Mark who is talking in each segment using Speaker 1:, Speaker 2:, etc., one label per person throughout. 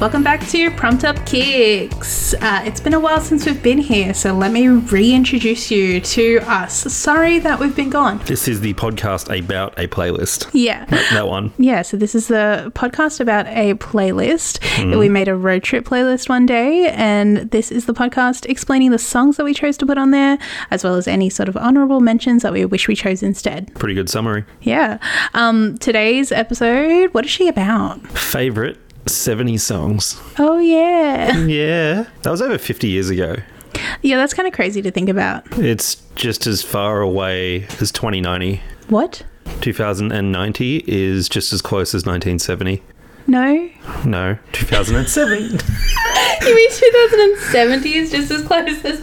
Speaker 1: welcome back to Prompt Up Kicks. Uh, it's been a while since we've been here, so let me reintroduce you to us. Sorry that we've been gone.
Speaker 2: This is the podcast about a playlist.
Speaker 1: Yeah.
Speaker 2: That one.
Speaker 1: Yeah, so this is the podcast about a playlist. We made a road trip playlist one day, and this is the podcast explaining the songs that we chose to put on there, as well as any sort of honorable mentions that we wish we chose instead.
Speaker 2: Pretty good summary.
Speaker 1: Yeah. Um, today's episode, what is she about?
Speaker 2: Favorite 70 songs.
Speaker 1: Oh, yeah.
Speaker 2: Yeah. That was over 50 years ago.
Speaker 1: Yeah, that's kind of crazy to think about.
Speaker 2: It's just as far away as 2090.
Speaker 1: What?
Speaker 2: 2090 is just as close as 1970.
Speaker 1: No?
Speaker 2: No, 2007.
Speaker 1: You mean 2070 is just as close as.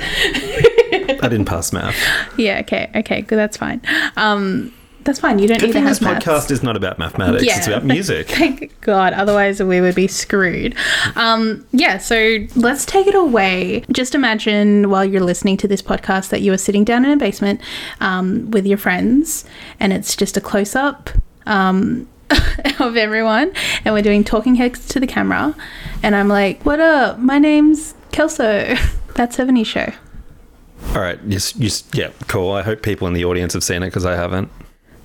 Speaker 2: I didn't pass math.
Speaker 1: yeah, okay, okay, good, that's fine. Um, that's fine, you don't
Speaker 2: Good
Speaker 1: need to
Speaker 2: thing
Speaker 1: have
Speaker 2: this
Speaker 1: maths.
Speaker 2: podcast is not about mathematics, it's about
Speaker 1: thank-
Speaker 2: music.
Speaker 1: Thank God. Otherwise, we would be screwed. Um, yeah, so let's take it away. Just imagine while you're listening to this podcast that you are sitting down in a basement um, with your friends, and it's just a close up um, of everyone, and we're doing talking heads to the camera. And I'm like, what up? My name's Kelso. That's 70 Show.
Speaker 2: All right. Yes, yes, yeah, cool. I hope people in the audience have seen it because I haven't.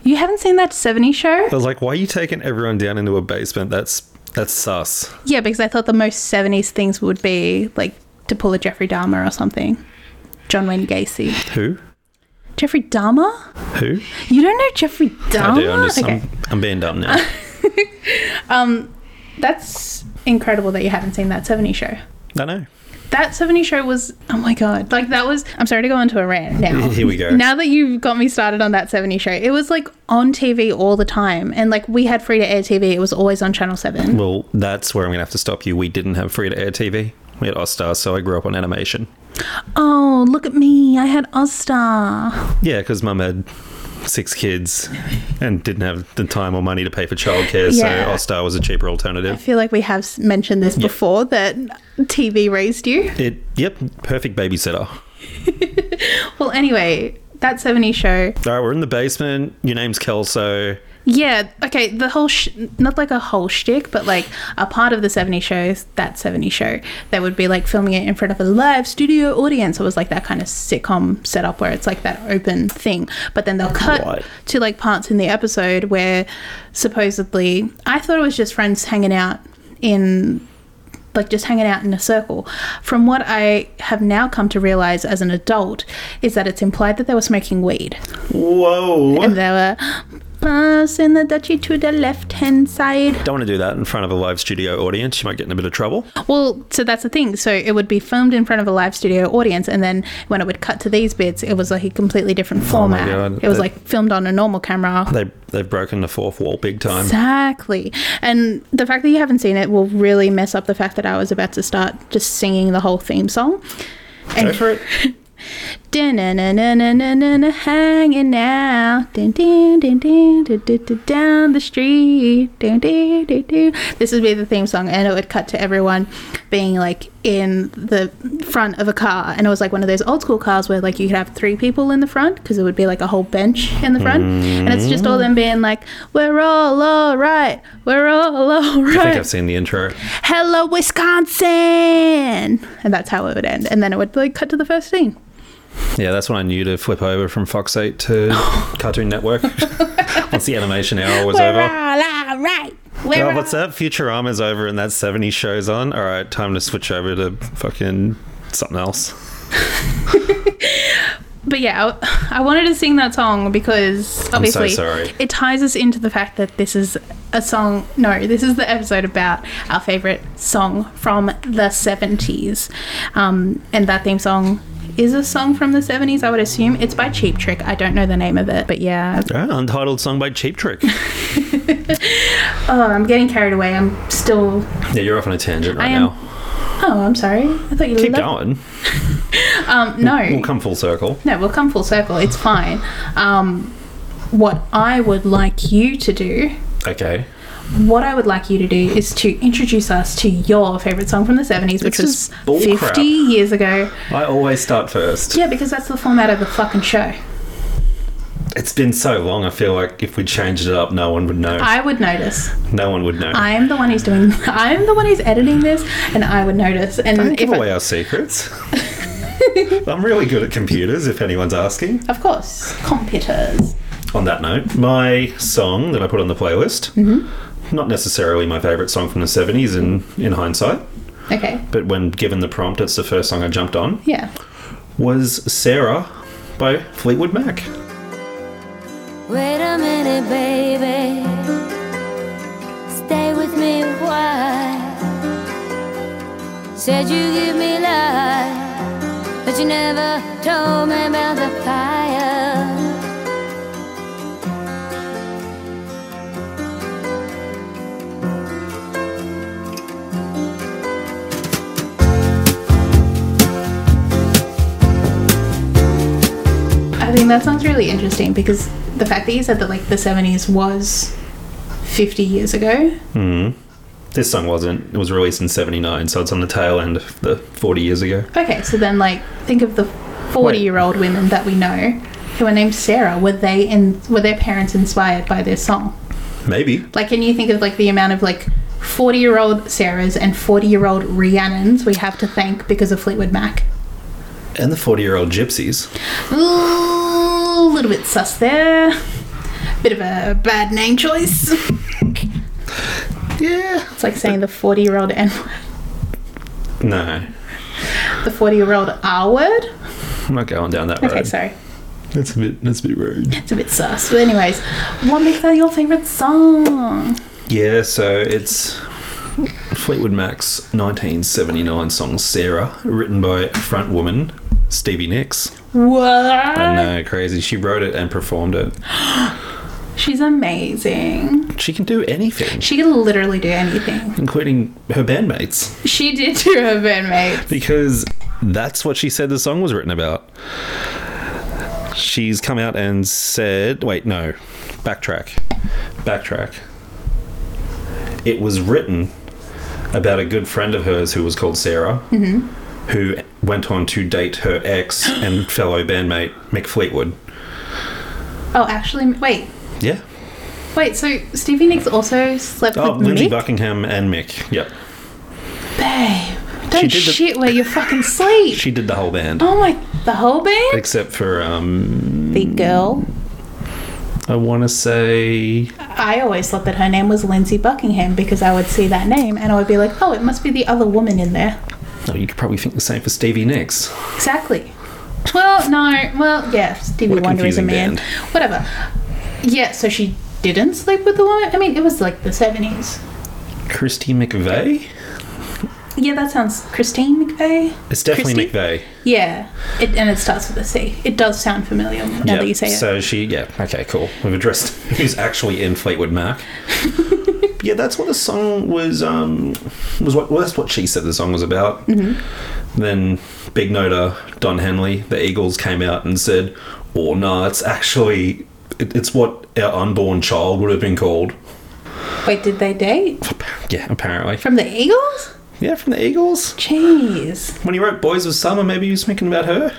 Speaker 1: You haven't seen that 70 Show?
Speaker 2: I was like, why are you taking everyone down into a basement? That's that's sus.
Speaker 1: Yeah, because I thought the most 70s things would be like to pull a Jeffrey Dahmer or something. John Wayne Gacy.
Speaker 2: Who?
Speaker 1: Jeffrey Dahmer?
Speaker 2: Who?
Speaker 1: You don't know Jeffrey
Speaker 2: I
Speaker 1: Dahmer?
Speaker 2: do. I'm just
Speaker 1: Ah, okay. Ah. um,
Speaker 2: I'm, I'm being dumb now.
Speaker 1: That's incredible that you haven't seen that 70 show.
Speaker 2: I know.
Speaker 1: That 70 show was, oh my God. Like, that was, I'm sorry to go into a rant now.
Speaker 2: Here we go.
Speaker 1: Now that you've got me started on that 70 show, it was like on TV all the time. And like, we had free to air TV, it was always on Channel 7.
Speaker 2: Well, that's where I'm going to have to stop you. We didn't have free to air TV. We had Ostar, so I grew up on animation.
Speaker 1: Oh, look at me. I had Ozstar.
Speaker 2: Yeah, because mum had six kids and didn't have the time or money to pay for childcare,
Speaker 1: Yeah.
Speaker 2: so Ostar was a cheaper
Speaker 1: I
Speaker 2: alternative.
Speaker 1: feel like we have s- mentioned this before that TV raised you.
Speaker 2: It, yep, perfect babysitter.
Speaker 1: Well, anyway, that 70 show.
Speaker 2: All right, we're in the basement. Your name's Kelso.
Speaker 1: Yeah, okay, the whole, sh- not like a whole shtick, but like a part of the 70 shows, that 70 show, they would be like filming it in front of a live studio audience. It was like that kind of sitcom setup where it's like that open thing. But then they'll cut
Speaker 2: Right.
Speaker 1: to like parts in the episode where supposedly, I thought it was just friends hanging out in like just hanging out in a circle. From what I have now come to realize as an adult, is that it's implied that they were smoking weed
Speaker 2: Whoa.
Speaker 1: and they were passing the duchy to the left hand side.
Speaker 2: Don't want to do that in front of a live studio audience. You might get in a bit of trouble.
Speaker 1: Well, so that's the thing. So it would be filmed in front of a live studio audience, and then when it would cut to these bits, it was like a completely different
Speaker 2: Oh my
Speaker 1: format.
Speaker 2: God.
Speaker 1: It was
Speaker 2: That-
Speaker 1: like filmed on a normal camera.
Speaker 2: They, they've broken the fourth wall big time.
Speaker 1: Exactly. And the fact that you haven't seen it will really mess up the fact that I was about to start just singing the whole theme song.
Speaker 2: Go for it.
Speaker 1: Da-na-na-na-na-na-na, Hanging out Dun, dun, dun, dun, dun, dun, dun, down the street. Dun, dun, dun, dun. This would be the theme song, and it would cut to everyone being like in the front of a car. And it was like one of those old school cars where like you could have three people in the front because it would be like a whole bench in the front. And it's just all them being like, We're all all right. We're all all right.
Speaker 2: I think I've seen the intro.
Speaker 1: Hello, Wisconsin. And that's how it would end. And then it would like cut to the first scene.
Speaker 2: Yeah, that's when I knew to flip over from Fox 8 to Cartoon Network. Once the animation hour was over.
Speaker 1: all right. We're
Speaker 2: Oh, what's that? Futurama's over and that 70 shows on. All right, time to switch over to fucking something else.
Speaker 1: But yeah, I, I wanted to sing that song because obviously
Speaker 2: sorry.
Speaker 1: it ties us into the fact that this is a song. No, this is the episode about our favorite song from the 70s. Um, and that theme song is a song from the 70s, I would assume. It's by Cheap Trick. I don't know the name of it. But yeah,
Speaker 2: All right, Ah, untitled song by Cheap Trick. yeah,
Speaker 1: oh, I'm getting carried away. I'm still.
Speaker 2: you're off on a tangent right
Speaker 1: I am-
Speaker 2: now.
Speaker 1: Oh, I'm sorry. I thought you
Speaker 2: Keep
Speaker 1: loved-
Speaker 2: going.
Speaker 1: Um, no.
Speaker 2: We'll come full circle.
Speaker 1: No, we'll come full circle. It's fine. Um, what I would like you to do,
Speaker 2: Okay.
Speaker 1: what I would like you to do, is to introduce us to your favorite song from the seventies, which
Speaker 2: This
Speaker 1: was
Speaker 2: is bull
Speaker 1: fifty
Speaker 2: crap.
Speaker 1: years ago.
Speaker 2: I always start first.
Speaker 1: Yeah, because that's the format of the fucking show.
Speaker 2: It's been so long. I feel like if we changed it up, no one would know.
Speaker 1: I would notice.
Speaker 2: no one would know.
Speaker 1: I'm the one who's doing. I'm the one who's editing this, and I would notice. And
Speaker 2: Don't give
Speaker 1: if I-
Speaker 2: away our secrets. I'm really good at computers, if anyone's asking.
Speaker 1: of course, competitors.
Speaker 2: On that note, my song that I put on the playlist, not necessarily my favourite song from the 70s in, in hindsight,
Speaker 1: Okay.
Speaker 2: but when given the prompt, it's the first song I jumped on,
Speaker 1: Yeah.
Speaker 2: was Sarah by Fleetwood Mac.
Speaker 3: Wait a minute, baby. Stay with me a while. Said you give me life, but you never told me about the fire.
Speaker 1: I think that sounds really interesting because the fact that you said that like the 70s was 50 years ago.
Speaker 2: This song wasn't. It was released in 79, so it's on the tail end of the 40 years ago.
Speaker 1: Okay, so then like think of the 40
Speaker 2: Wait.
Speaker 1: year old women that we know who are named Sarah. Were they in were their parents inspired by this song?
Speaker 2: Maybe.
Speaker 1: Like can you think of like the amount of like 40 year old Sarahs and 40 year old Rhiannons we have to thank because of Fleetwood Mac?
Speaker 2: And the 40 year old gypsies.
Speaker 1: Ooh, little bit sus there. Bit of a bad name choice.
Speaker 2: Yeah.
Speaker 1: It's like saying the 40 year old N
Speaker 2: No,
Speaker 1: the 40 year old R word.
Speaker 2: I'm not going down that road.
Speaker 1: Okay, sorry.
Speaker 2: That's a bit. That's a bit rude.
Speaker 1: It's a bit sus. But, anyways, what makes that your favourite song?
Speaker 2: Yeah. So it's Fleetwood Mac's 1979 song "Sarah," written by front woman Stevie Nicks. I
Speaker 1: What?
Speaker 2: know, crazy. She wrote it and performed it.
Speaker 1: She's amazing.
Speaker 2: She can do anything,
Speaker 1: She can literally do anything.
Speaker 2: including her bandmates,
Speaker 1: She did to her bandmate.
Speaker 2: because that's what she said the song was written about. She's come out and said, "Wait, no, backtrack, backtrack." It was written about a good friend of hers who was called Sarah,
Speaker 1: Mm-hmm.
Speaker 2: who went on to date her ex and fellow bandmate Mick Fleetwood.
Speaker 1: Oh, actually, wait.
Speaker 2: Yeah.
Speaker 1: Wait, so Stevie Nicks also slept
Speaker 2: Oh,
Speaker 1: with
Speaker 2: Lindsay
Speaker 1: Mick?
Speaker 2: Buckingham and Mick. Yep.
Speaker 1: Babe,
Speaker 2: She
Speaker 1: don't
Speaker 2: did the-
Speaker 1: shit where you fucking sleep.
Speaker 2: She did the whole band,
Speaker 1: oh my, the whole band?
Speaker 2: except for um,
Speaker 1: The girl.
Speaker 2: I want to say
Speaker 1: I always thought that her name was Lindsay Buckingham because I would see that name and I would be like, oh, it must be the other woman in there.
Speaker 2: Oh, you could probably think the same for Stevie Nicks.
Speaker 1: Exactly. Well, no. Well, yeah. Stevie
Speaker 2: What a
Speaker 1: Wonder is a
Speaker 2: confusing
Speaker 1: man.
Speaker 2: band.
Speaker 1: Whatever. Yeah. So she didn't sleep with the woman. I mean, it was like the seventies.
Speaker 2: Christy McVeigh?
Speaker 1: Yeah, that sounds Christine McVeigh.
Speaker 2: It's definitely
Speaker 1: Christy?
Speaker 2: McVeigh.
Speaker 1: Yeah, it, and it starts with a C. It does sound familiar now
Speaker 2: Yeah,
Speaker 1: that you say it.
Speaker 2: So she, yeah, okay, cool. We've addressed who's actually in Fleetwood Mac. yeah, that's what the song was. Um, was what well, that's what she said the song was about.
Speaker 1: Mm-hmm.
Speaker 2: Then Big Nota, Don Henley, the Eagles came out and said, "Oh no, it's actually it, it's what our unborn child would have been called."
Speaker 1: Wait, did they date
Speaker 2: Yeah, apparently.
Speaker 1: from the Eagles?
Speaker 2: Yeah, from the Eagles.
Speaker 1: Jeez,
Speaker 2: When he wrote "Boys of Summer," maybe he was thinking about her.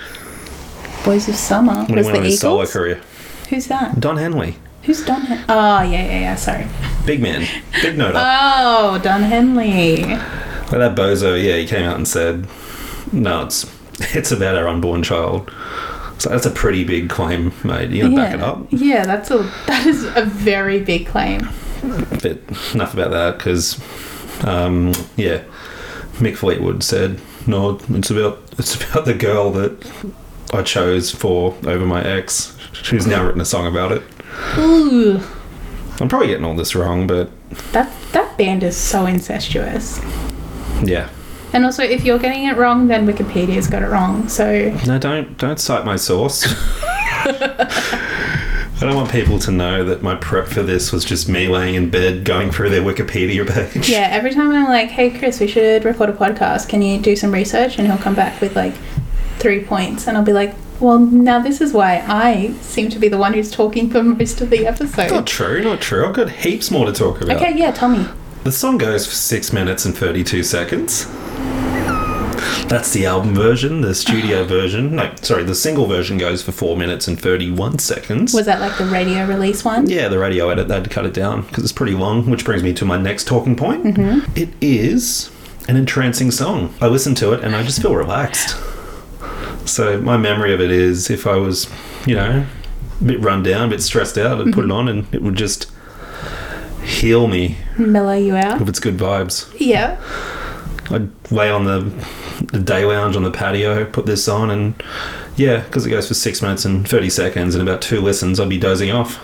Speaker 1: Boys of Summer
Speaker 2: When
Speaker 1: was
Speaker 2: he went
Speaker 1: the
Speaker 2: on his solo
Speaker 1: Eagles.
Speaker 2: career.
Speaker 1: Who's that?
Speaker 2: Don Henley,
Speaker 1: Who's Don? Hen- oh yeah, yeah, yeah. Sorry.
Speaker 2: big man, big note up.
Speaker 1: Oh, Don Henley.
Speaker 2: Well, that bozo, yeah, he came out and said, "No, it's it's about our unborn child." So that's a pretty big claim, mate. You gonna
Speaker 1: yeah.
Speaker 2: back it up?
Speaker 1: Yeah, that's a that is a very big claim.
Speaker 2: But enough about that, because um, yeah, Mick Fleetwood said, "No, it's about it's about the girl that I chose for over my ex, who's now written a song about it."
Speaker 1: Ooh,
Speaker 2: I'm probably getting all this wrong, but
Speaker 1: that that band is so incestuous.
Speaker 2: yeah.
Speaker 1: And also, if you're getting it wrong, then Wikipedia's got it wrong. So
Speaker 2: No, don't don't cite my source. I don't want people to know that my prep for this was just me laying in bed going through their Wikipedia page.
Speaker 1: yeah, every time I'm like, "Hey, Chris, we should record a podcast. Can you do some research?" and he'll come back with like three points, and I'll be like, "Well, now this is why I seem to be the one who's talking for most of the
Speaker 2: Not
Speaker 1: episode."
Speaker 2: true, not true. I've got heaps more to talk about.
Speaker 1: Okay, yeah, tell me.
Speaker 2: The song goes for six minutes and 32 seconds. That's the album version. The studio version, no, sorry, the single version goes for four minutes and thirty-one seconds.
Speaker 1: Was that like the radio release one?
Speaker 2: yeah, the radio edit, they had to cut it down because it's pretty long, which brings me to my next talking point. It is an entrancing song. I listen to it and I just feel relaxed. So, my memory of it is if I was, you know, a bit run down, a bit stressed out, I'd put it on and it would just heal me
Speaker 1: Mellow you out?
Speaker 2: with its good vibes.
Speaker 1: Yeah.
Speaker 2: I'd lay on the, the day lounge on the patio, put this on, and yeah, because it goes for six minutes and 30 seconds, and about two listens, I'd be dozing off.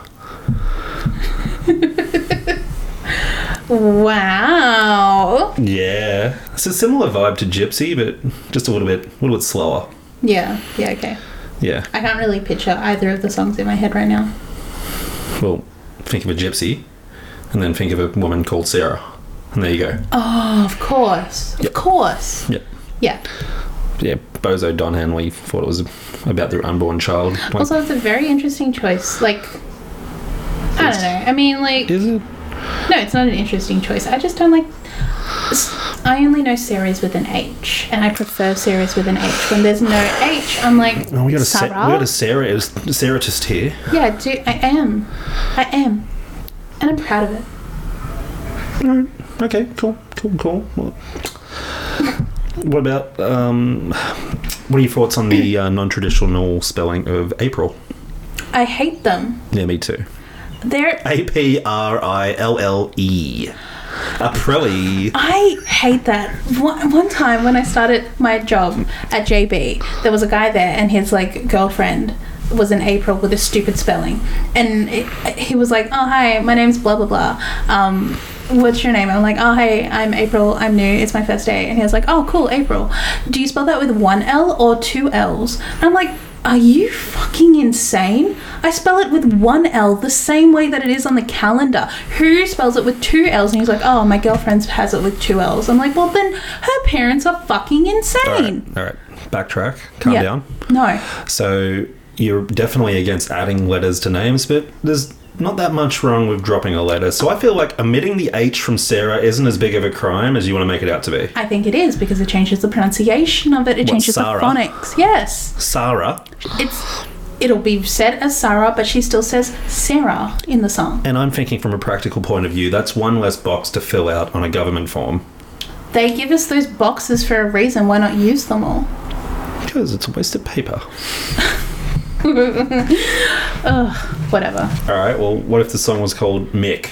Speaker 1: Wow.
Speaker 2: Yeah, it's a similar vibe to Gypsy, but just a little bit, a little bit slower.
Speaker 1: Yeah. Yeah, okay.
Speaker 2: Yeah.
Speaker 1: I can't really picture either of the songs in my head right now.
Speaker 2: Well, think of a Gypsy, and then think of a woman called Sarah, and there you go.
Speaker 1: Oh, of course. Of course.
Speaker 2: Yep.
Speaker 1: Yeah.
Speaker 2: Yeah, Bozo Don Henley thought it was about their unborn child. Like,
Speaker 1: Also, it's a very interesting choice. Like, I don't know. I mean, like,
Speaker 2: is it?
Speaker 1: no, it's not an interesting choice. I just don't like. s- I only know series with an H, and I prefer series with an H. When there's no H, I'm like,
Speaker 2: Oh, we got a Sa-
Speaker 1: Sarah.
Speaker 2: we got a Sarah, it was Sarah just here.
Speaker 1: yeah, do I am, I am, and I'm proud of it.
Speaker 2: Okay, cool, cool, cool. Well, what about um, what are your thoughts on the uh, non-traditional spelling of April?
Speaker 1: I hate them.
Speaker 2: Yeah, me too.
Speaker 1: They're
Speaker 2: A P R I L L E. Aprelli.
Speaker 1: I hate that. One, one time when I started my job at JB, there was a guy there, and his like girlfriend was in April with a stupid spelling, and it, he was like, "Oh hi, my name's blah blah blah. Um, what's your name?" I'm like, "Oh hey, I'm April. I'm new. It's my first day." And he was like, "Oh cool, April. Do you spell that with one L or two L's?" And I'm like. Are you fucking insane? I spell it with one L the same way that it is on the calendar. Who spells it with two L's? And he's like, oh, my girlfriend has it with two L's. I'm like, well, then her parents are fucking
Speaker 2: All right,
Speaker 1: insane.
Speaker 2: all right. Backtrack. Calm
Speaker 1: Yeah.
Speaker 2: down.
Speaker 1: No.
Speaker 2: So you're definitely against adding letters to names, but there's not that much wrong with dropping a letter. So I feel like omitting the H from Sarah isn't as big of a crime as you want to make it out to be.
Speaker 1: I think it is because it changes the pronunciation of it, it
Speaker 2: What,
Speaker 1: changes
Speaker 2: Sarah?
Speaker 1: the phonics. Yes.
Speaker 2: Sarah,
Speaker 1: It's. It'll be said as Sarah, but she still says Sarah in the song.
Speaker 2: and I'm thinking from a practical point of view, that's one less box to fill out on a government form
Speaker 1: They give us those boxes for a reason. Why not use them all?
Speaker 2: because it's a waste of paper.
Speaker 1: Whatever.
Speaker 2: All right, well, what if the song was called Mick?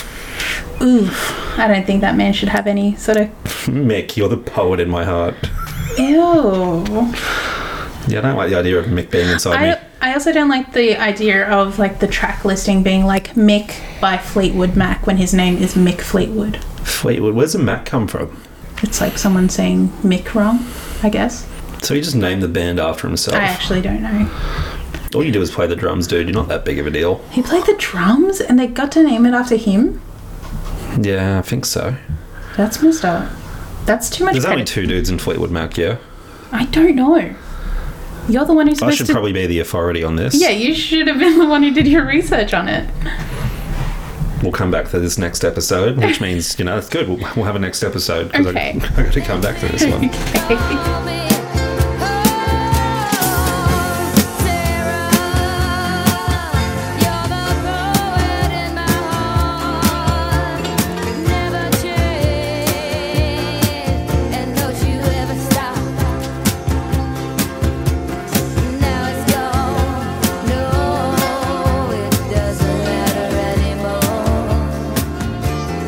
Speaker 1: Oof. I don't think that man should have any sort of
Speaker 2: Mick, you're the poet in my heart.
Speaker 1: Ew.
Speaker 2: Yeah, I don't like the idea of Mick being inside me.
Speaker 1: I, I also don't like the idea of like the track listing being like Mick by Fleetwood Mac when his name is Mick Fleetwood.
Speaker 2: Fleetwood, where's the Mac come from?
Speaker 1: It's like someone saying Mick wrong, I guess.
Speaker 2: So he just named the band after himself.
Speaker 1: I actually don't know.
Speaker 2: All you do is play the drums, dude. You're not that big of a deal.
Speaker 1: He played the drums and they got to name it after him.
Speaker 2: Yeah, I think so.
Speaker 1: That's messed up. That's too much
Speaker 2: There's only
Speaker 1: credit.
Speaker 2: two dudes in Fleetwood Mac, yeah.
Speaker 1: I don't know. You're the one who's
Speaker 2: I
Speaker 1: supposed
Speaker 2: should
Speaker 1: to.
Speaker 2: probably be the authority on this.
Speaker 1: yeah, you should have been the one who did your research on it.
Speaker 2: We'll come back to this next episode, which means, you know, that's good. We'll, we'll have a next episode because
Speaker 1: Okay.
Speaker 2: I, I got to come back to this one.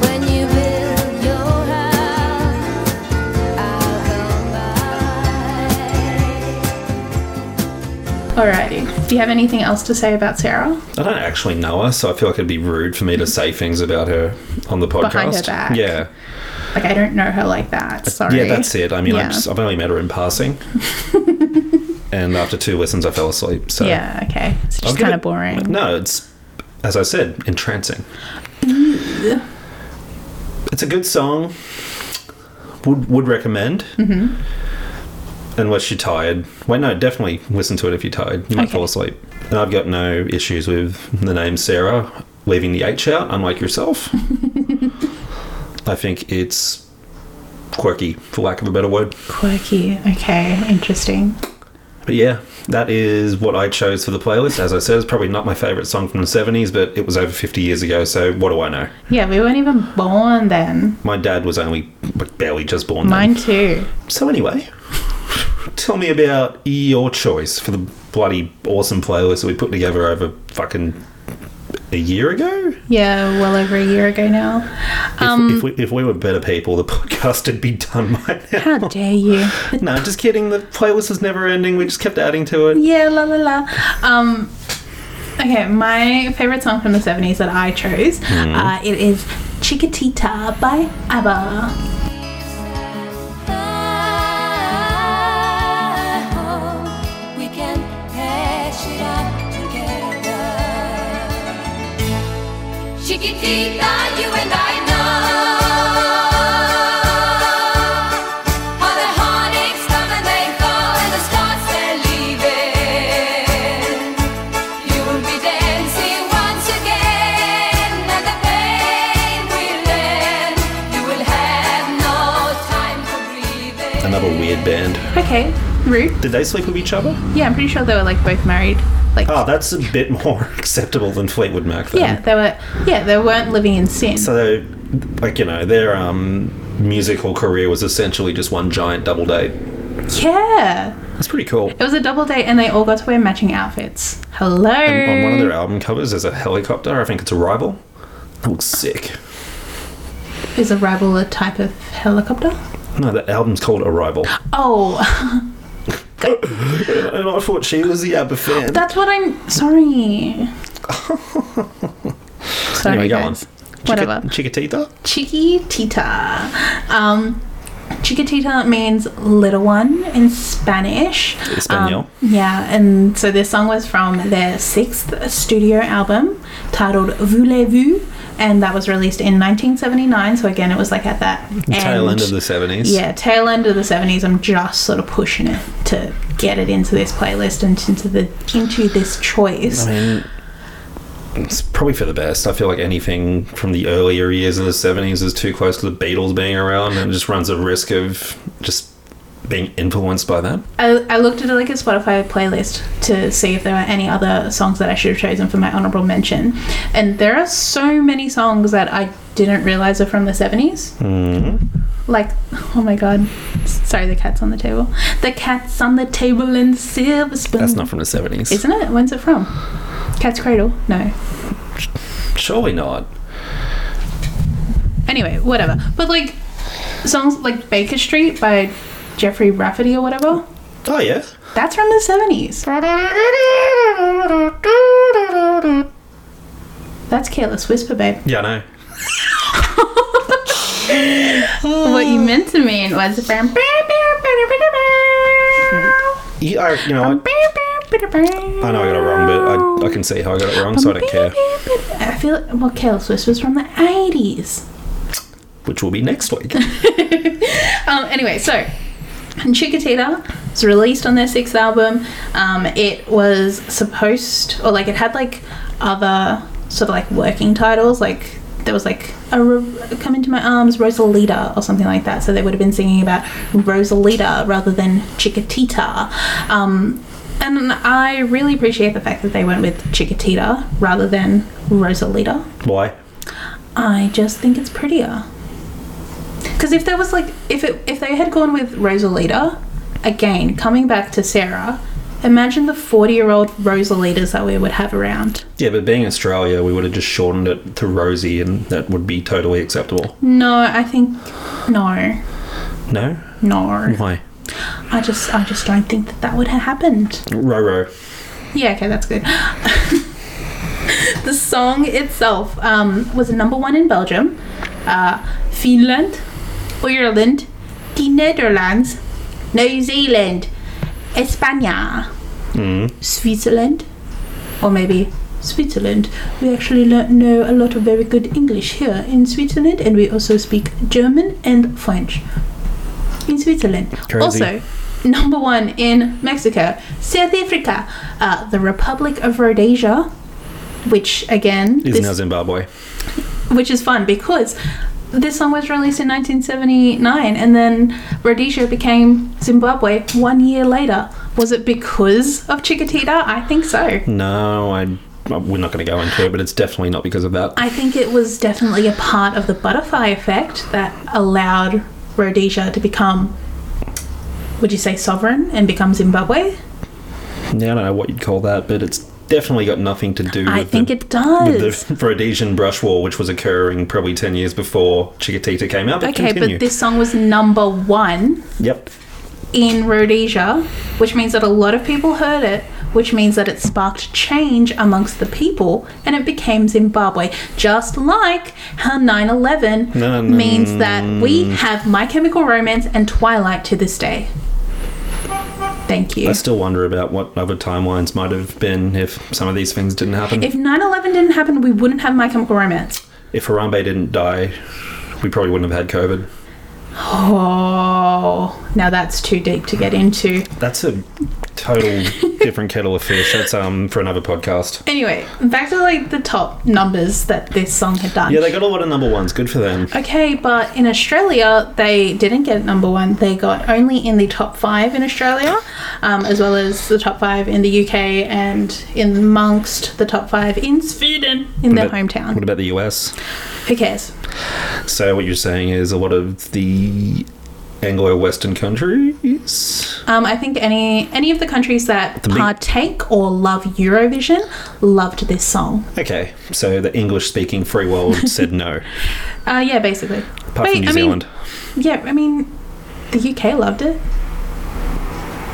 Speaker 3: When you build your house I'll come by.
Speaker 1: Alrighty. Do you have anything else to say about Sarah?
Speaker 2: I don't actually know her, so I feel like it'd be rude for me to say things about her on the podcast.
Speaker 1: Behind her back.
Speaker 2: Yeah.
Speaker 1: Like I don't know her like that. Sorry.
Speaker 2: Yeah, that's it. I mean,
Speaker 1: Yeah.
Speaker 2: I've, just, I've only met her in passing. and after two listens, I fell asleep. So
Speaker 1: Yeah, okay. It's
Speaker 2: I'll
Speaker 1: just
Speaker 2: give
Speaker 1: kind of
Speaker 2: it-
Speaker 1: boring.
Speaker 2: No, it's as I said, entrancing.
Speaker 1: Mm-hmm.
Speaker 2: It's a good song. Would would recommend. Mm-hmm.
Speaker 1: Mm-hmm.
Speaker 2: Unless you're tired. Wait, no, definitely listen to it if you're tired. You might
Speaker 1: Okay.
Speaker 2: fall asleep. And I've got no issues with the name Sarah leaving the H out, unlike yourself. I think it's quirky, for lack of a better word.
Speaker 1: Quirky. Okay, interesting.
Speaker 2: But yeah, that is what I chose for the playlist. As I said, it's probably not my favorite song from the 70s, but it was over 50 years ago, so what do I know?
Speaker 1: Yeah, we weren't even born then.
Speaker 2: My dad was only like, barely just born
Speaker 1: Mine too.
Speaker 2: then. So anyway, tell me about your choice for the bloody awesome playlist that we put together over fucking a year ago?
Speaker 1: Yeah, well over a year ago now.
Speaker 2: If, if, we, if we were better people, the podcast would be done by now.
Speaker 1: How dare you?
Speaker 2: No, just kidding. The playlist was never ending. We just kept adding to it.
Speaker 1: Yeah, la la la. Um, okay, my favorite song from the 70s that I chose,
Speaker 2: Mm.
Speaker 1: uh, it is Chiquitita by ABBA.
Speaker 3: I hope we can hash it out together. Chiquitita, you and I know how the heartaches come and they go, and the stars they're leaving. You will be dancing once again, and the pain will end. You will have no time for grieving.
Speaker 2: Another weird band.
Speaker 1: Okay, rude.
Speaker 2: Did they sleep with each other?
Speaker 1: Yeah, I'm pretty sure they were like both married. Like,
Speaker 2: Oh, that's a bit more acceptable than Fleetwood Mac. Then.
Speaker 1: yeah, they were. Yeah, they weren't living in sin.
Speaker 2: So, like you know, their um, musical career was essentially just one giant double date.
Speaker 1: yeah,
Speaker 2: That's pretty cool.
Speaker 1: it was a double date, and they all got to wear matching outfits. Hello.
Speaker 2: And on one of their album covers, there's a helicopter. I think it's a rival. That looks sick.
Speaker 1: is a rival a type of helicopter?
Speaker 2: No, that album's called Arrival.
Speaker 1: Oh,
Speaker 2: And I thought she was the ABBA fan.
Speaker 1: that's what I'm. Sorry. sorry,
Speaker 2: anyway, go on.
Speaker 1: guys. Whatever.
Speaker 2: Chiquitita?
Speaker 1: Chiquitita. Um, Chiquitita means little one in Spanish.
Speaker 2: Espanol.
Speaker 1: Um, yeah, and so this song was from their sixth studio album titled Voulez-vous, and that was released in 1979. So again, it was like at that
Speaker 2: Tail end of the 70s.
Speaker 1: yeah, tail end of the 70s. I'm just sort of pushing it to get it into this playlist and into the into this choice.
Speaker 2: I mean, it's probably for the best. I feel like anything from the earlier years of the 70s is too close to the Beatles being around and just runs a risk of just being influenced by them.
Speaker 1: I, I looked at like a Spotify playlist to see if there were any other songs that I should have chosen for my honorable mention, and there are so many songs that I didn't realize are from the 70s
Speaker 2: Mm-hmm.
Speaker 1: Like, oh my god, sorry, the cat's on the table. The cat's on the table and the silver spoon.
Speaker 2: That's not from the 70s.
Speaker 1: Isn't it? When's it from? Cat's Cradle? No.
Speaker 2: Surely not.
Speaker 1: Anyway, whatever. But like, songs like Baker Street by Jeffrey Rafferty or whatever.
Speaker 2: Oh, yeah.
Speaker 1: That's from the 70s. That's Careless Whisper, babe.
Speaker 2: Yeah, I know.
Speaker 1: What you meant to mean was. from-
Speaker 2: Yeah, I, you know, I, I know I got it wrong, but I, I can see how I got it wrong, so I don't care.
Speaker 1: I feel well. Careless Whisper's from the 80s.
Speaker 2: Which will be next week.
Speaker 1: Um, anyway, so Chiquitita was released on their sixth album. Um, it was supposed, or like it had like other sort of like working titles. Like there was like a Ro- "Come Into My Arms" Rosalita or something like that. So they would have been singing about Rosalita rather than Chiquitita. Um, and I really appreciate the fact that they went with Chiquitita rather than Rosalita.
Speaker 2: Why?
Speaker 1: I just think it's prettier. Because if there was like, if it, if they had gone with Rosalita, again coming back to Sarah, imagine the forty-year-old Rosalitas that we would have around.
Speaker 2: Yeah, but being Australia, we would have just shortened it to Rosie, and that would be totally acceptable.
Speaker 1: No, I think no,
Speaker 2: No?
Speaker 1: no.
Speaker 2: Why?
Speaker 1: I just, I just don't think that that would have happened.
Speaker 2: Roro.
Speaker 1: Yeah, okay, that's good. the song itself um, was number one in Belgium, uh, Finland, Ireland, the Netherlands, New Zealand, España, Switzerland, or maybe Switzerland. We actually learn, know a lot of very good English here in Switzerland, and we also speak German and French in Switzerland.
Speaker 2: Crazy.
Speaker 1: Also, number one in Mexico, South Africa, uh, the Republic of Rhodesia, which again,
Speaker 2: Is
Speaker 1: this-
Speaker 2: now Zimbabwe.
Speaker 1: which is fun because this song was released in 1979, and then Rhodesia became Zimbabwe one year later. Was it because of Chiquitita? I think so.
Speaker 2: No, I. well, We're not going to go into it, but it's definitely not because of that.
Speaker 1: I think it was definitely a part of the butterfly effect that allowed Rhodesia to become, would you say, sovereign and become Zimbabwe?
Speaker 2: Now I don't know what you'd call that, but it's definitely got nothing to do.
Speaker 1: I
Speaker 2: with
Speaker 1: think
Speaker 2: the,
Speaker 1: it does.
Speaker 2: With the Rhodesian brush war, which was occurring probably ten years before Chiquitita came out. But
Speaker 1: Okay,
Speaker 2: continue.
Speaker 1: but this song was number one
Speaker 2: Yep.
Speaker 1: in Rhodesia, which means that a lot of people heard it, which means that it sparked change amongst the people and it became Zimbabwe. Just like how 9 11
Speaker 2: No, no,
Speaker 1: means that we have My Chemical Romance and Twilight to this day. Thank you.
Speaker 2: I still wonder about what other timelines might have been if some of these things didn't happen. If,
Speaker 1: if 9 11 didn't happen, we wouldn't have My Chemical Romance.
Speaker 2: Harambe didn't die, we probably wouldn't have had COVID.
Speaker 1: Oh, now that's too deep to get into.
Speaker 2: That's a total different kettle of fish. That's um for another podcast.
Speaker 1: Anyway, back to like the top numbers that this song had done.
Speaker 2: Yeah, they got a lot of number ones. Good for them.
Speaker 1: Okay, but in Australia, they didn't get number one. They got only in the top five in Australia, um, as well as the top five in the UK and in amongst the top five in Sweden, in their
Speaker 2: But What
Speaker 1: hometown.
Speaker 2: about the US?
Speaker 1: Who cares?
Speaker 2: So what you're saying is a lot of the Anglo-Western countries.
Speaker 1: Um, I think any any of the countries that
Speaker 2: big-
Speaker 1: partake or love Eurovision loved this song.
Speaker 2: Okay, so the English-speaking free world said no.
Speaker 1: Uh, yeah, basically.
Speaker 2: Apart from New
Speaker 1: I
Speaker 2: Zealand.
Speaker 1: mean, yeah, I mean, the UK loved it.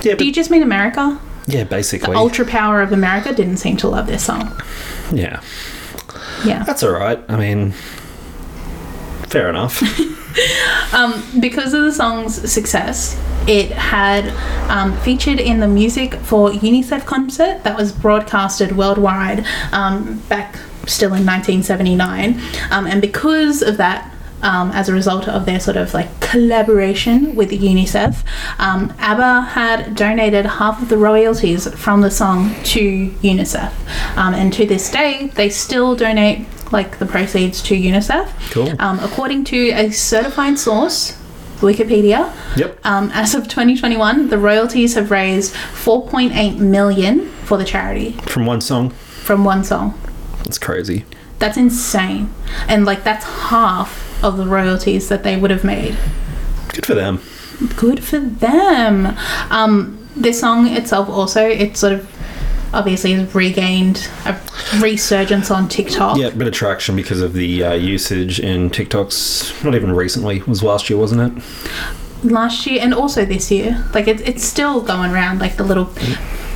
Speaker 2: yeah, but,
Speaker 1: Do you just mean America?
Speaker 2: yeah, basically.
Speaker 1: Ultra power of America didn't seem to love this song.
Speaker 2: yeah.
Speaker 1: Yeah.
Speaker 2: That's all right. I mean, fair enough.
Speaker 1: because of the song's success, it had um, featured in the music for UNICEF concert that was broadcasted worldwide um, back still in 1979. Um, and because of that, um, as a result of their sort of like collaboration with UNICEF, um, ABBA had donated half of the royalties from the song to UNICEF. Um, and to this day, they still donate like the proceeds to UNICEF.
Speaker 2: Cool.
Speaker 1: Um, according to a certified source, Wikipedia,
Speaker 2: Yep.
Speaker 1: um, as of 2021, the royalties have raised 4.8 million for the charity
Speaker 2: From one song.
Speaker 1: from one song.
Speaker 2: That's crazy.
Speaker 1: That's insane, and like that's half of the royalties that they would have made.
Speaker 2: Good for them.
Speaker 1: Good for them. Um, this song itself also it sort of obviously has regained a resurgence on TikTok.
Speaker 2: Yeah, bit of traction because of the uh, usage in TikToks. Not even recently. It was last year, wasn't it?
Speaker 1: last year and also this year. Like it, it's still going around, like the little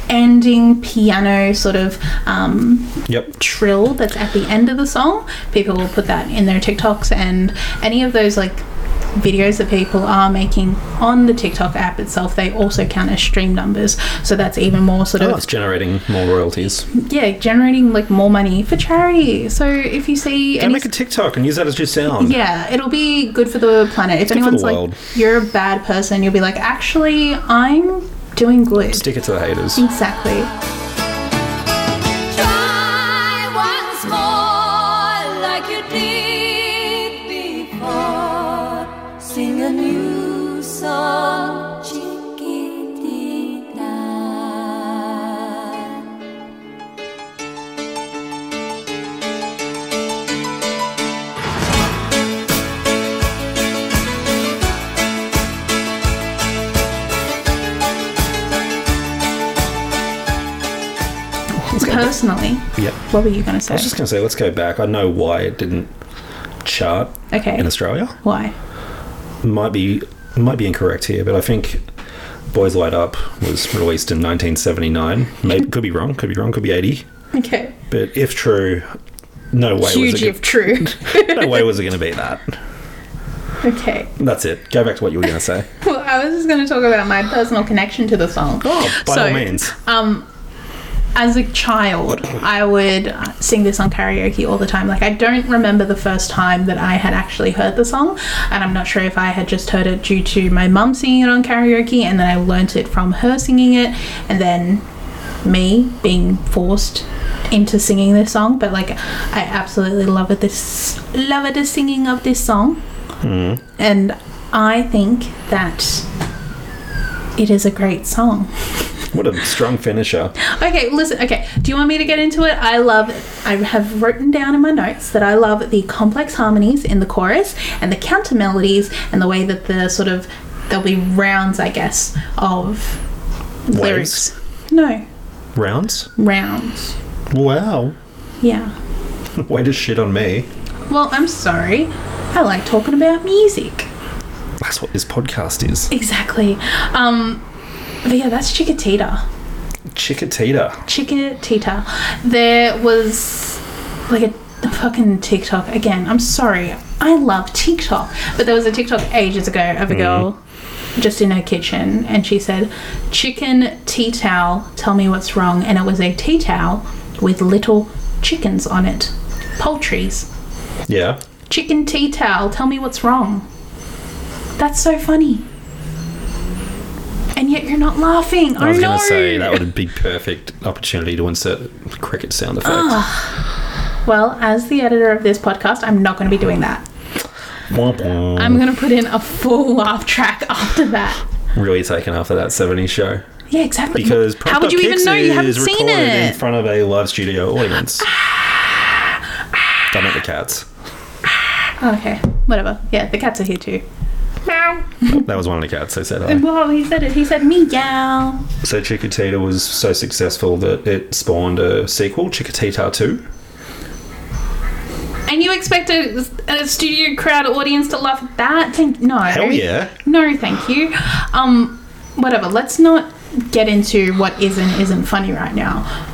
Speaker 1: ending piano sort of um,
Speaker 2: Yep.
Speaker 1: trill that's at the end of the song. People will put that in their TikToks and any of those like videos that people are making on the TikTok app itself, they also count as stream numbers. So that's even more sort
Speaker 2: Oh,
Speaker 1: of
Speaker 2: it's generating more royalties. Go
Speaker 1: yeah, generating like more money for charity. So if you see any
Speaker 2: make a TikTok and use that as your sound.
Speaker 1: yeah, it'll be good for the planet. If
Speaker 2: for the
Speaker 1: anyone's like,
Speaker 2: world.
Speaker 1: you're a bad person, you'll be like, actually, I'm doing good.
Speaker 2: Stick it to the haters.
Speaker 1: Mm. Exactly.
Speaker 3: Try once more like you did before. Sing a new song, Chiquitita.
Speaker 1: Personally,
Speaker 2: Yep.
Speaker 1: what were you going to say?
Speaker 2: I was just going to say, let's go back. I know why it didn't chart
Speaker 1: okay.
Speaker 2: in Australia.
Speaker 1: Why?
Speaker 2: Might be might be incorrect here, but I think Boys Light Up was released in 1979. Maybe, could be wrong. Could be wrong. Could be 80.
Speaker 1: Okay.
Speaker 2: But if true, no way was
Speaker 1: Huge
Speaker 2: it
Speaker 1: if true.
Speaker 2: gonna, no way was it going to be that.
Speaker 1: okay.
Speaker 2: That's it. Go back to what you were going to say.
Speaker 1: Well, I was just going to talk about my personal connection to the song.
Speaker 2: Oh, by
Speaker 1: So,
Speaker 2: all means.
Speaker 1: as a child, I would uh, sing this on karaoke all the time. Like, I don't remember the first time that I had actually heard the song, and I'm not sure if I had just heard it due to my mum singing it on karaoke, and then I learnt it from her singing it, and then me being forced into singing this song, but like I absolutely love it. This love it the singing of this song,
Speaker 2: Mm.
Speaker 1: and I think that it is a great song.
Speaker 2: What a strong finisher.
Speaker 1: Okay, listen. Okay, do you want me to get into it? I love. I have written down in my notes that I love the complex harmonies in the chorus and the counter melodies and the way that the sort of there'll be rounds, I guess, of
Speaker 2: Waves?
Speaker 1: lyrics. No
Speaker 2: Rounds?
Speaker 1: rounds.
Speaker 2: Wow.
Speaker 1: Yeah.
Speaker 2: Way to shit on me.
Speaker 1: Well, I'm sorry. I like talking about music.
Speaker 2: That's what this podcast is.
Speaker 1: Exactly. Um, but yeah, that's Chickatita.
Speaker 2: Chickatita.
Speaker 1: Chickatita. There was like a fucking TikTok again. I'm sorry. I love TikTok, but there was a TikTok ages ago of a
Speaker 2: Mm.
Speaker 1: girl just in her kitchen, and she said, "Chicken tea towel. Tell me what's wrong." And it was a tea towel with little chickens on it, poultries.
Speaker 2: Yeah.
Speaker 1: Chicken tea towel, tell me what's wrong. That's so funny. And yet you're not laughing.
Speaker 2: I was
Speaker 1: oh
Speaker 2: going
Speaker 1: no.
Speaker 2: to say that would have been perfect opportunity to insert cricket sound
Speaker 1: Ah.
Speaker 2: effects.
Speaker 1: well, as the editor of this podcast, I'm not going to be doing that.
Speaker 2: Womp womp.
Speaker 1: I'm going to put in a full laugh track after that.
Speaker 2: really taken after that 70s show
Speaker 1: Yeah, exactly.
Speaker 2: because
Speaker 1: how would you even know you haven't seen
Speaker 2: recorded in
Speaker 1: it?
Speaker 2: front of a live studio audience. Done at the cats.
Speaker 1: okay, whatever. Yeah, the cats are here too. Meow.
Speaker 2: That was one of the cats. They said hi.
Speaker 1: Well, he said it. He said meow.
Speaker 2: So Chickatita was so successful that it spawned a sequel, Chickatita 2.
Speaker 1: And you expect a, a studio crowd audience to laugh at that? Thank, no.
Speaker 2: Hell yeah.
Speaker 1: No, thank you. Um, whatever. Let's not get into what is and isn't funny right now.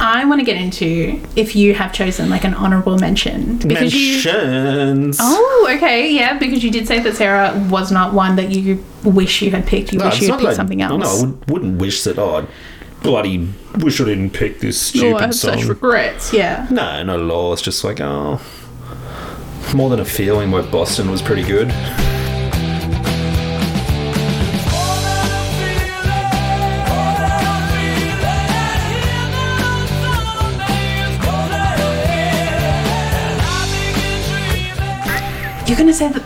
Speaker 1: I want to get into if you have chosen like an honorable mention because you.
Speaker 2: Mentions.
Speaker 1: Oh, okay, yeah, because you did say that Sarah was not one that you wish you had picked. You
Speaker 2: No,
Speaker 1: wish
Speaker 2: it's
Speaker 1: you
Speaker 2: not
Speaker 1: had picked
Speaker 2: like-
Speaker 1: something else.
Speaker 2: no, No, I would, wouldn't wish that I'd bloody wish I didn't pick this stupid
Speaker 1: Oh, I have
Speaker 2: song.
Speaker 1: such regrets. Yeah.
Speaker 2: no, not at all. It's just like, oh. More than a feeling where Boston was pretty good.
Speaker 1: You're gonna say that.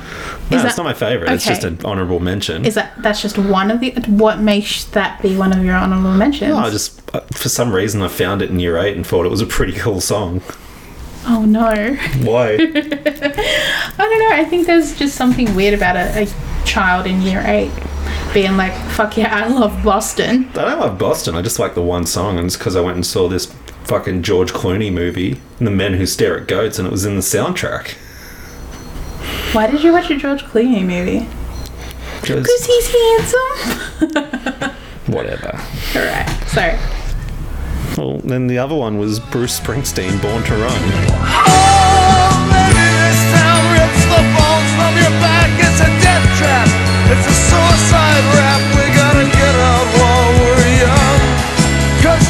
Speaker 2: No,
Speaker 1: is that-
Speaker 2: it's not my favourite. It's
Speaker 1: okay.
Speaker 2: just an honourable mention.
Speaker 1: Is that that's just one of the? What makes that be one of your honorable mentions?
Speaker 2: No, I just, uh, for some reason, I found it in year eight and thought it was a pretty cool song.
Speaker 1: oh no.
Speaker 2: Why?
Speaker 1: I don't know. I think there's just something weird about a, a child in year eight being like, "Fuck yeah, I love Boston."
Speaker 2: I don't love Boston. I just like the one song, and it's because I went and saw this fucking George Clooney movie, The Men Who Stare at Goats, and it was in the soundtrack.
Speaker 1: Why did you watch a George Clooney movie?
Speaker 2: 'Cause-
Speaker 1: Because he's handsome.
Speaker 2: whatever.
Speaker 1: All right. Sorry.
Speaker 2: Well, then the other one was Bruce Springsteen, Born to Run.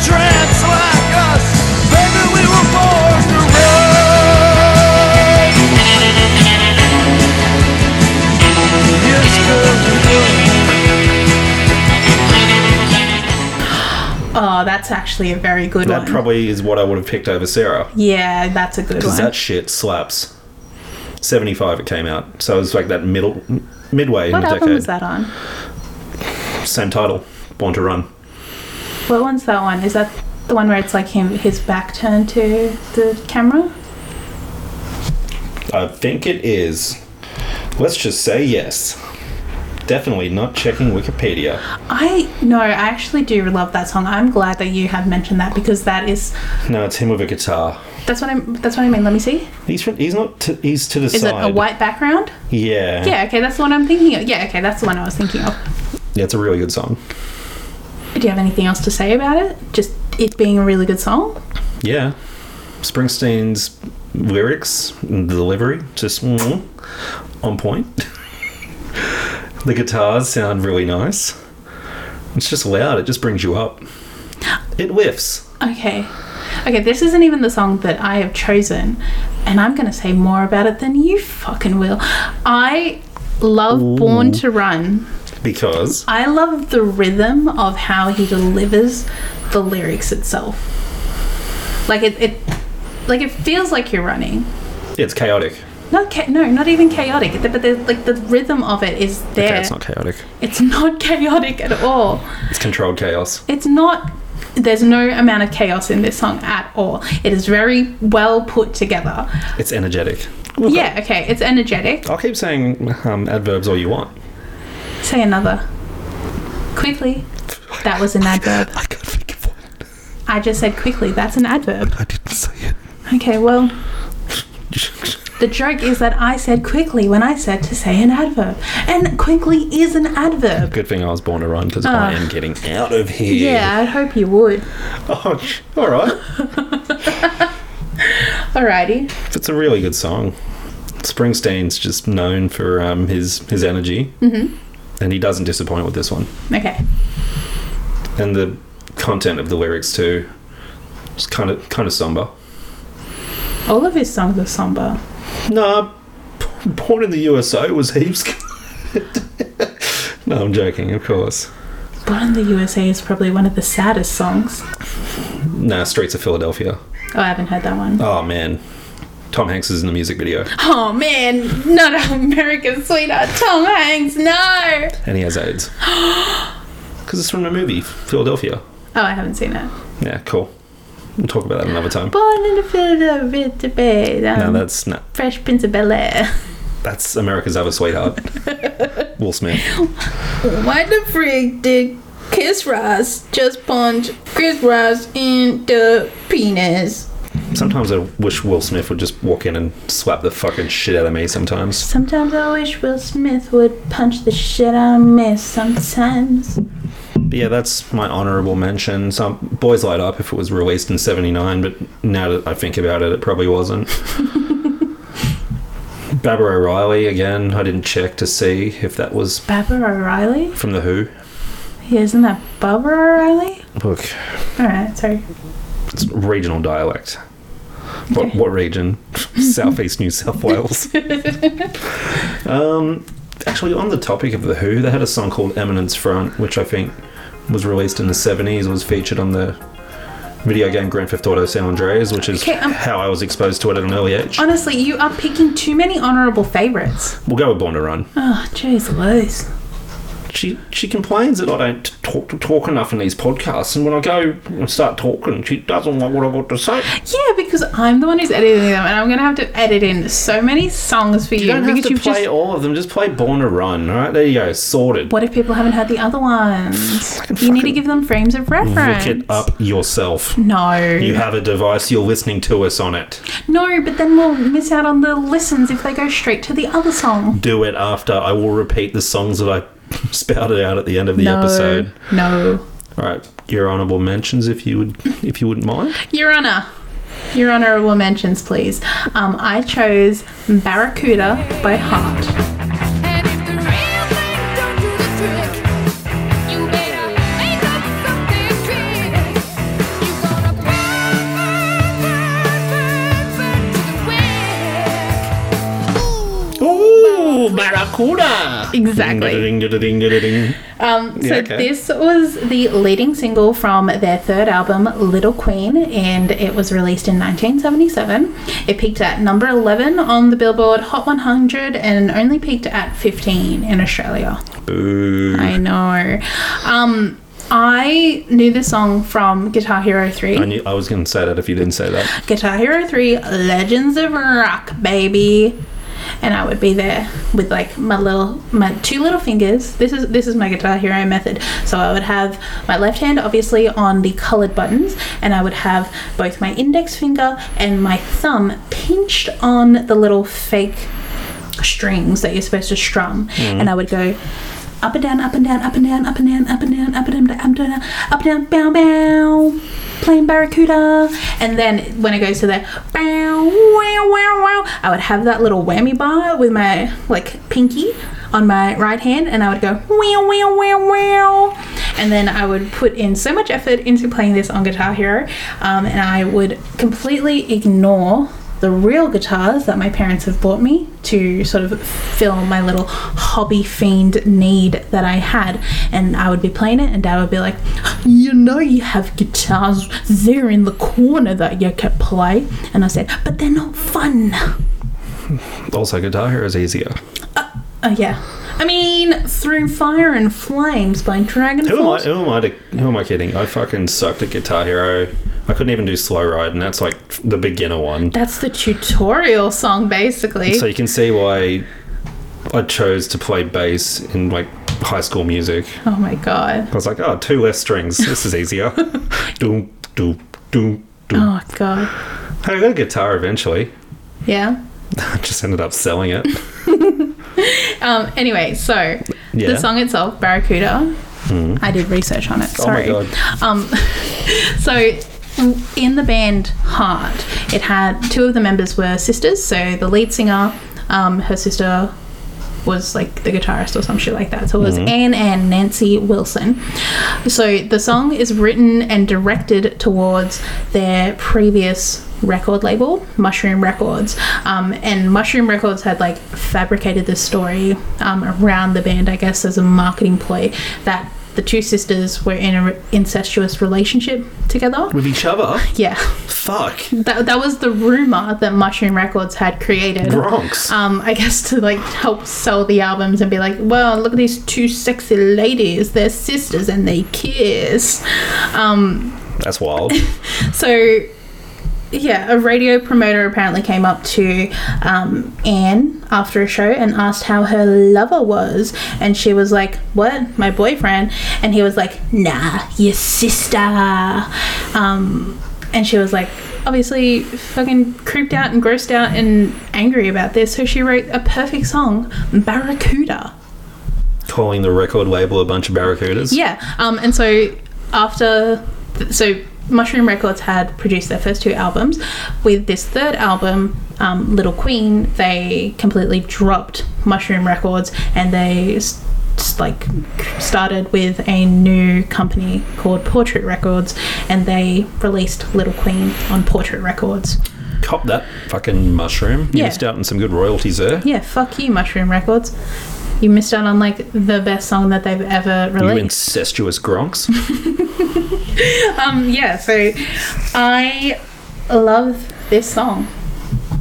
Speaker 4: Trans like us, baby, we were born to run. Yes, girl, we run.
Speaker 1: Oh, that's actually a very good
Speaker 2: That
Speaker 1: one.
Speaker 2: probably is what I would have picked over Sarah.
Speaker 1: yeah, that's a good one.
Speaker 2: Because that shit slaps. 75 it came out. So it was like that middle, midway in
Speaker 1: what
Speaker 2: the
Speaker 1: album
Speaker 2: decade.
Speaker 1: was that on?
Speaker 2: Same title, Born to Run.
Speaker 1: What one's that one? Is that the one where it's like him, his back turned to the camera?
Speaker 2: I think it is. Let's just say yes. Definitely not checking Wikipedia.
Speaker 1: I no, I actually do love that song. I'm glad that you have mentioned that because that is
Speaker 2: No, it's him with a guitar.
Speaker 1: that's what I that's what I mean. Let me see.
Speaker 2: He's from, he's not to, he's to the
Speaker 1: Is
Speaker 2: side.
Speaker 1: it a white background?
Speaker 2: Yeah.
Speaker 1: Yeah, okay, that's the one I'm thinking of. Yeah, okay, that's the one I was thinking of.
Speaker 2: Yeah, it's a really good song.
Speaker 1: Do you have anything else to say about it? Just it being a really good song?
Speaker 2: Yeah. Springsteen's lyrics, and delivery, just mm, on point. the guitars sound really nice. It's just loud, it just brings you up. It lifts.
Speaker 1: Okay. Okay, this isn't even the song that I have chosen, and I'm going to say more about it than you fucking will. I love Born to Run
Speaker 2: because
Speaker 1: I love the rhythm of how he delivers the lyrics itself. Like it, it like it feels like you're running.
Speaker 2: yeah, it's chaotic.
Speaker 1: Not cha- no, not even chaotic. But the, like the rhythm of it is there.
Speaker 2: Okay, it's not chaotic.
Speaker 1: It's not chaotic at all.
Speaker 2: It's controlled chaos.
Speaker 1: It's not. There's no amount of chaos in this song at all. It is very well put together.
Speaker 2: It's energetic.
Speaker 1: Yeah, okay, it's energetic.
Speaker 2: I'll keep saying um, adverbs all you want.
Speaker 1: Say another. Quickly. That was an adverb.
Speaker 2: I can't think of one.
Speaker 1: I just said quickly. That's an adverb.
Speaker 2: I didn't say it.
Speaker 1: Okay, well, the joke is that I said quickly when I said to say an adverb. And quickly is an adverb.
Speaker 2: Good thing I was born to run because I
Speaker 1: Ah.
Speaker 2: am getting out of here.
Speaker 1: Yeah, I'd hope you would.
Speaker 2: Oh, sh- all right.
Speaker 1: Alrighty.
Speaker 2: It's a really good song. Springsteen's just known for um, his his energy, mm-hmm. and he doesn't disappoint with this one.
Speaker 1: Okay.
Speaker 2: And the content of the lyrics too. It's kind of kind of somber.
Speaker 1: All of his songs are somber.
Speaker 2: Nah, P- Born in the USA was heaps. good. no, I'm joking, of course.
Speaker 1: Born in the USA is probably one of the saddest songs.
Speaker 2: Nah, Streets of Philadelphia.
Speaker 1: Oh, I haven't heard that one.
Speaker 2: Oh man, Tom Hanks is in the music video,
Speaker 1: Oh man, not America's sweetheart, Tom Hanks, no!
Speaker 2: and he has AIDS because it's from the movie Philadelphia.
Speaker 1: Oh, I haven't seen it.
Speaker 2: Yeah, cool. We'll talk about that another time.
Speaker 1: Born in the Philadelphia to be um,
Speaker 2: No, that's no,
Speaker 1: Fresh Prince of Bel Air.
Speaker 2: that's America's other sweetheart, Will Smith.
Speaker 1: Why the frig did Kiss Ross just punch Chris Ross in the penis?
Speaker 2: Sometimes I wish Will Smith would just walk in and slap the fucking shit out of me. Sometimes
Speaker 1: Sometimes I wish Will Smith would punch the shit out of me sometimes.
Speaker 2: But yeah, that's my honourable mention. Some Boys Light Up, if it was released in '79, but now that I think about it, it probably wasn't. Barbara O'Reilly again. I didn't check to see if that was
Speaker 1: Barbara O'Reilly?
Speaker 2: from the Who.
Speaker 1: Yeah, isn't that Barbara O'Reilly?
Speaker 2: Look,
Speaker 1: Alright, sorry.
Speaker 2: it's regional dialect. What, what region? Southeast New South Wales. um, actually, on the topic of the Who, they had a song called "Eminence Front," which I think was released in the '70s. Was featured on the video game Grand Theft Auto San Andreas, which is
Speaker 1: Okay, um-
Speaker 2: how I was exposed to it at an early age.
Speaker 1: Honestly, you are picking too many honorable favorites.
Speaker 2: We'll go with Born to Run.
Speaker 1: Oh, jeez Louise.
Speaker 2: She she complains that I don't talk talk enough in these podcasts, and when I go and start talking, she doesn't like what I've got to say.
Speaker 1: Yeah, because I'm the one who's editing them, and I'm gonna have to edit in so many songs for you.
Speaker 2: You don't
Speaker 1: because
Speaker 2: have to
Speaker 1: you've
Speaker 2: play
Speaker 1: just.
Speaker 2: all of them. Just play Born to Run. All right, there you go. Sorted.
Speaker 1: What if people haven't heard the other ones? You need to
Speaker 2: fucking
Speaker 1: give them frames of reference.
Speaker 2: Look it up yourself.
Speaker 1: No,
Speaker 2: You have a device. You're listening to us on it.
Speaker 1: no, but then we'll miss out on the listens if they go straight to the other song.
Speaker 2: Do it after. I will repeat the songs that I spouted out at the end of the
Speaker 1: no,
Speaker 2: episode.
Speaker 1: no,
Speaker 2: All right, your honourable mentions, if you would, if you wouldn't mind.
Speaker 1: Your Honor, Your Honorable mentions, please. Um, I chose Barracuda by Heart.
Speaker 3: And if the real thing don't do the trick, you better make up something trick. You gonna burn, burn, burn, burn, burn to the wick. Ooh.
Speaker 2: Ooh, Barracuda.
Speaker 1: Exactly.
Speaker 2: Ding, da, da, ding, da, da, ding.
Speaker 1: Um, so
Speaker 2: Yeah, okay.
Speaker 1: this was the leading single from their third album, Little Queen, and it was released in 1977. It peaked at number 11 on the Billboard Hot 100 and only peaked at 15 in Australia.
Speaker 2: Boo.
Speaker 1: I know. Um, I knew this song from Guitar Hero 3.
Speaker 2: I knew I was going to say that if you didn't say that.
Speaker 1: Guitar Hero 3 Legends of Rock, baby. And I would be there with like my little my two little fingers. This is this is my guitar hero method. So I would have my left hand obviously on the colored buttons and I would have both my index finger and my thumb pinched on the little fake strings that you're supposed to strum. And I would go up and down, up and down, up and down, up and down, up and down, up and down, up and down, up and down, bow bow, playing barracuda. And then when it goes to the bow wow wow wow, I would have that little whammy bar with my like pinky on my right hand, and I would go wow wow wow wow. And then I would put in so much effort into playing this on Guitar Hero, um, and I would completely ignore the real guitars that my parents have bought me to sort of fill my little hobby fiend need that I had. And I would be playing it, and dad would be like, You know, you have guitars there in the corner that you can play. And I said, But they're not fun.
Speaker 2: Also, Guitar Hero is easier.
Speaker 1: Oh, yeah. I mean, Through Fire and Flames by Dragon
Speaker 2: Who am I?
Speaker 1: Force.
Speaker 2: Who am I? To, who am I kidding? I fucking sucked at Guitar Hero. I couldn't even do Slow Ride, and that's like the beginner one.
Speaker 1: That's the tutorial song, basically.
Speaker 2: So you can see why I chose to play bass in like high school music.
Speaker 1: oh my god.
Speaker 2: I was like, oh, two less strings. This is easier. doom, doom, doom, doom.
Speaker 1: Oh god.
Speaker 2: Hey, I got a guitar eventually.
Speaker 1: Yeah.
Speaker 2: I just ended up selling it.
Speaker 1: Um, anyway, so
Speaker 2: Yeah. Hmm.
Speaker 1: the song itself, Barracuda, I did research on it. Sorry.
Speaker 2: Oh my god.
Speaker 1: Um, so in the band Heart, it had two of the members were sisters. So the lead singer, um, her sister was like the guitarist or some shit like that. So it was Anne and Nancy Wilson. So the song is written and directed towards their previous record label, Mushroom Records. Um, and Mushroom Records had like fabricated this story um, around the band, I guess, as a marketing ploy that the two sisters were in an incestuous relationship together.
Speaker 2: With each other?
Speaker 1: Yeah,
Speaker 2: Fuck.
Speaker 1: that, that was the rumor that Mushroom Records had created.
Speaker 2: Bronx.
Speaker 1: Um, I guess to like help sell the albums and be like, well, look at these two sexy ladies. They're sisters and they kiss. Um,
Speaker 2: That's wild.
Speaker 1: so yeah a radio promoter apparently came up to um, anne after a show and asked how her lover was and she was like what my boyfriend and he was like nah your sister um, and she was like obviously fucking creeped out and grossed out and angry about this so she wrote a perfect song barracuda
Speaker 2: Calling the record label a bunch of barracudas.
Speaker 1: yeah, um, and so after, so Mushroom Records had produced their first two albums. With this third album, um, Little Queen, they completely dropped Mushroom Records and they s- s- like started with a new company called Portrait Records, and they released Little Queen on Portrait Records.
Speaker 2: Cop that fucking mushroom. You
Speaker 1: Yeah.
Speaker 2: missed out on some good royalties there.
Speaker 1: Yeah, fuck you, Mushroom Records. You missed out on like the best song that they've ever
Speaker 2: You
Speaker 1: released.
Speaker 2: incestuous Gronks.
Speaker 1: Um, yeah, so I love this song.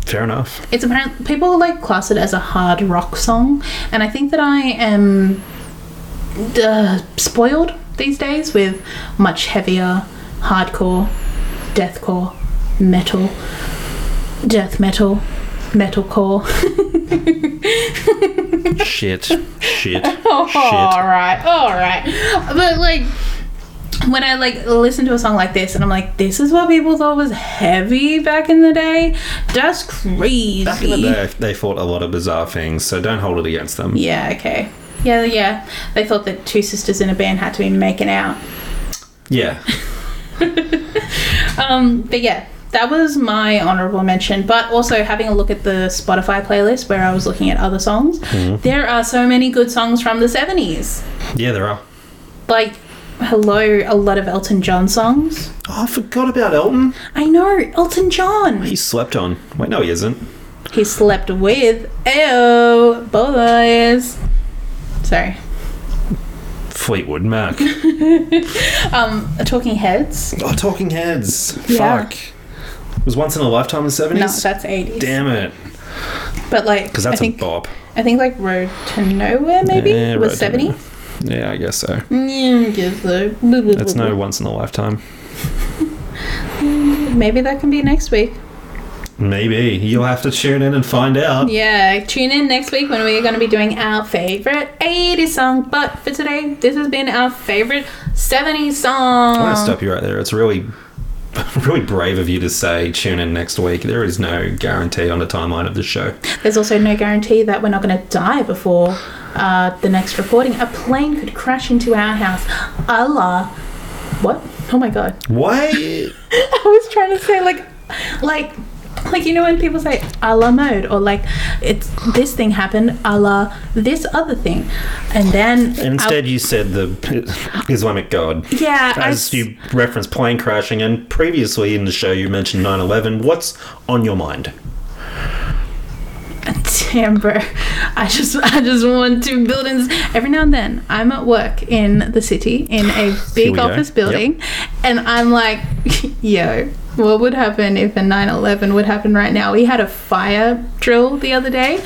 Speaker 2: Fair enough.
Speaker 1: It's apparent people like class it as a hard rock song, and I think that I am uh, spoiled these days with much heavier hardcore, deathcore, metal, death metal, metalcore.
Speaker 2: Shit. Shit.
Speaker 1: all
Speaker 2: Shit.
Speaker 1: right, all right, but like. When I like listen to a song like this, and I'm like, "This is what people thought was heavy back in the day. That's crazy."
Speaker 2: Back in the day, they thought a lot of bizarre things, so don't hold it against them.
Speaker 1: Yeah, okay. Yeah, yeah. They thought that two sisters in a band had to be making out.
Speaker 2: Yeah.
Speaker 1: Um, but yeah, that was my honorable mention. But also having a look at the Spotify playlist where I was looking at other songs,
Speaker 2: Mm-hmm.
Speaker 1: there are so many good songs from the 70s.
Speaker 2: Yeah, there are.
Speaker 1: Like, hello, a lot of Elton John songs.
Speaker 2: Oh, I forgot about Elton.
Speaker 1: I know, Elton John.
Speaker 2: He slept on. Wait, no, he isn't.
Speaker 1: He slept with, oh, boys. Sorry.
Speaker 2: Fleetwood Mac.
Speaker 1: Um, Talking Heads.
Speaker 2: oh, Talking Heads.
Speaker 1: Yeah.
Speaker 2: Fuck. It was once in a lifetime in the 70s?
Speaker 1: No, that's 80s.
Speaker 2: Damn it.
Speaker 1: But like,
Speaker 2: Because
Speaker 1: I
Speaker 2: that's
Speaker 1: think
Speaker 2: a bop.
Speaker 1: I think like Road to Nowhere maybe
Speaker 2: Yeah, Road
Speaker 1: was
Speaker 2: to
Speaker 1: seventy.
Speaker 2: Nowhere. Yeah, I guess so.
Speaker 1: Yeah, I guess so.
Speaker 2: That's no once in a lifetime.
Speaker 1: Maybe that can be next week.
Speaker 2: Maybe. You'll have to tune in and find out.
Speaker 1: Yeah, tune in next week when we're going to be doing our favorite 80s song. But for today, this has been our favorite 70s song.
Speaker 2: I'm going to stop you right there. It's really, really brave of you to say tune in next week. There is no guarantee on the timeline of the show.
Speaker 1: There's also no guarantee that we're not going to die before uh, the next recording. A plane could crash into our house. Allah. What? Oh my god.
Speaker 2: Why?
Speaker 1: I was trying to say like, like, like you know when people say a la mode or like it's this thing happened a la this other thing, and then
Speaker 2: And Instead, you said the Islamic God.
Speaker 1: I- yeah, I
Speaker 2: As
Speaker 1: s-
Speaker 2: you referenced plane crashing, and previously in the show, you mentioned 9 11. What's on your mind?
Speaker 1: September. I just I just want to buildings every now and then. I'm at work in the city in a
Speaker 2: we
Speaker 1: big
Speaker 2: go.
Speaker 1: office
Speaker 2: Yep.
Speaker 1: building and I'm like, yo, what would happen if a 9/11 would happen right now? We had a fire drill the other day.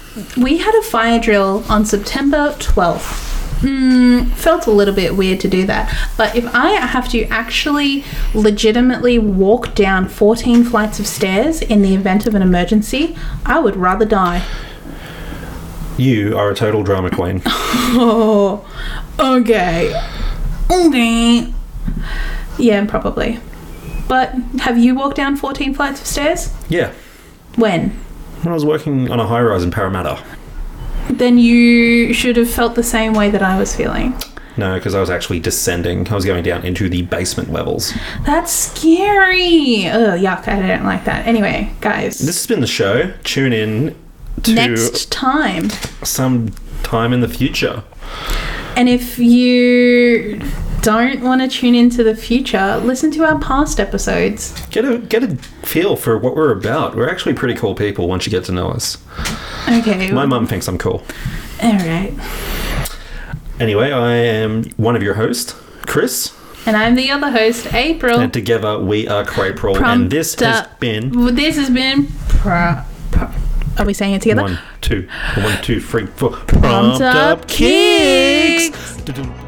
Speaker 2: Hmm.
Speaker 1: We had a fire drill on September 12th. Mm, felt a little bit weird to do that. But if I have to actually legitimately walk down 14 flights of stairs in the event of an emergency, I would rather die.
Speaker 2: You are a total drama queen.
Speaker 1: Oh, okay. Okay. Yeah, probably. But have you walked down 14 flights of stairs?
Speaker 2: yeah.
Speaker 1: When?
Speaker 2: When I was working on a high rise in Parramatta.
Speaker 1: Then you should have felt the same way that I was feeling.
Speaker 2: No, because I was actually descending. I was going down into the basement levels.
Speaker 1: That's scary. Oh, yuck. I don't like that. Anyway, guys,
Speaker 2: This has been the show. Tune in to
Speaker 1: next time.
Speaker 2: some time in the future.
Speaker 1: And if you don't want to tune into the future, listen to our past episodes.
Speaker 2: Get a get a feel for what we're about. We're actually pretty cool people once you get to know us.
Speaker 1: Okay.
Speaker 2: My mum thinks I'm cool.
Speaker 1: All right.
Speaker 2: Anyway, I am one of your hosts, Chris,
Speaker 1: And I'm the other host, April.
Speaker 2: and together we are Craprol,
Speaker 1: Prom-
Speaker 2: and this has
Speaker 1: da-
Speaker 2: been
Speaker 1: Well, This has been. Pro- pro- are we saying it together?
Speaker 2: one, two, one, two, three, four.
Speaker 1: Pumped Up Kicks.
Speaker 2: Kicks.